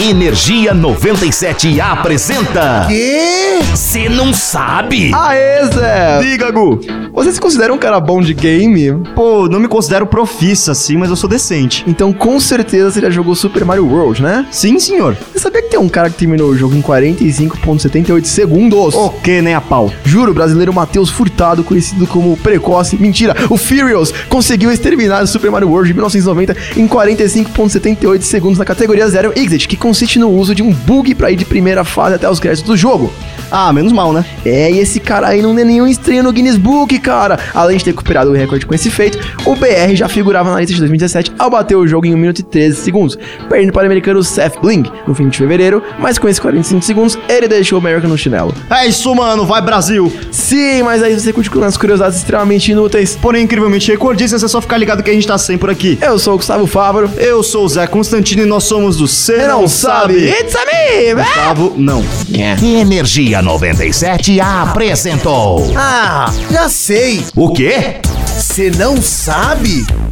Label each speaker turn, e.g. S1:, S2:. S1: Energia 97 apresenta.
S2: Quê?
S1: Você não sabe?
S2: Aê, Zé!
S3: Diga, Gu.
S2: Você se considera um cara bom de game?
S3: Pô, não me considero profissa assim, mas eu sou decente.
S2: Então com certeza você já jogou Super Mario World, né?
S3: Sim, senhor.
S2: Você sabia que tem um cara que terminou o jogo em 45.78 segundos?
S3: O que, nem a pau?
S2: Juro, o brasileiro Matheus Furtado, conhecido como Precoce, mentira, o Furious, conseguiu exterminar o Super Mario World de 1990 em 45.78 segundos na categoria Zero Exit, que consiste no uso de um bug pra ir de primeira fase até os créditos do jogo.
S3: Ah, menos mal, né?
S2: É, e esse cara aí não é nenhum estranho no Guinness Book, cara. Além de ter recuperado o recorde com esse feito, o BR já figurava na lista de 2017 ao bater o jogo em 1 minuto e 13 segundos, perdendo para o americano Seth Bling no fim de fevereiro, mas com esses 45 segundos ele deixou o America no chinelo.
S3: É isso, mano. Vai, Brasil.
S2: Sim, mas aí você curte com umas curiosidades extremamente inúteis.
S3: Porém, incrivelmente recordista, é só ficar ligado que a gente tá sem por aqui.
S2: Eu sou o Gustavo Fávaro.
S3: Eu sou o Zé Constantino e nós somos do Cê
S2: Você não sabe? It's a me! Ah!
S3: Gustavo, não.
S1: É. Energia 97 apresentou.
S4: Ah, já sei.
S1: O quê?
S4: Você não sabe?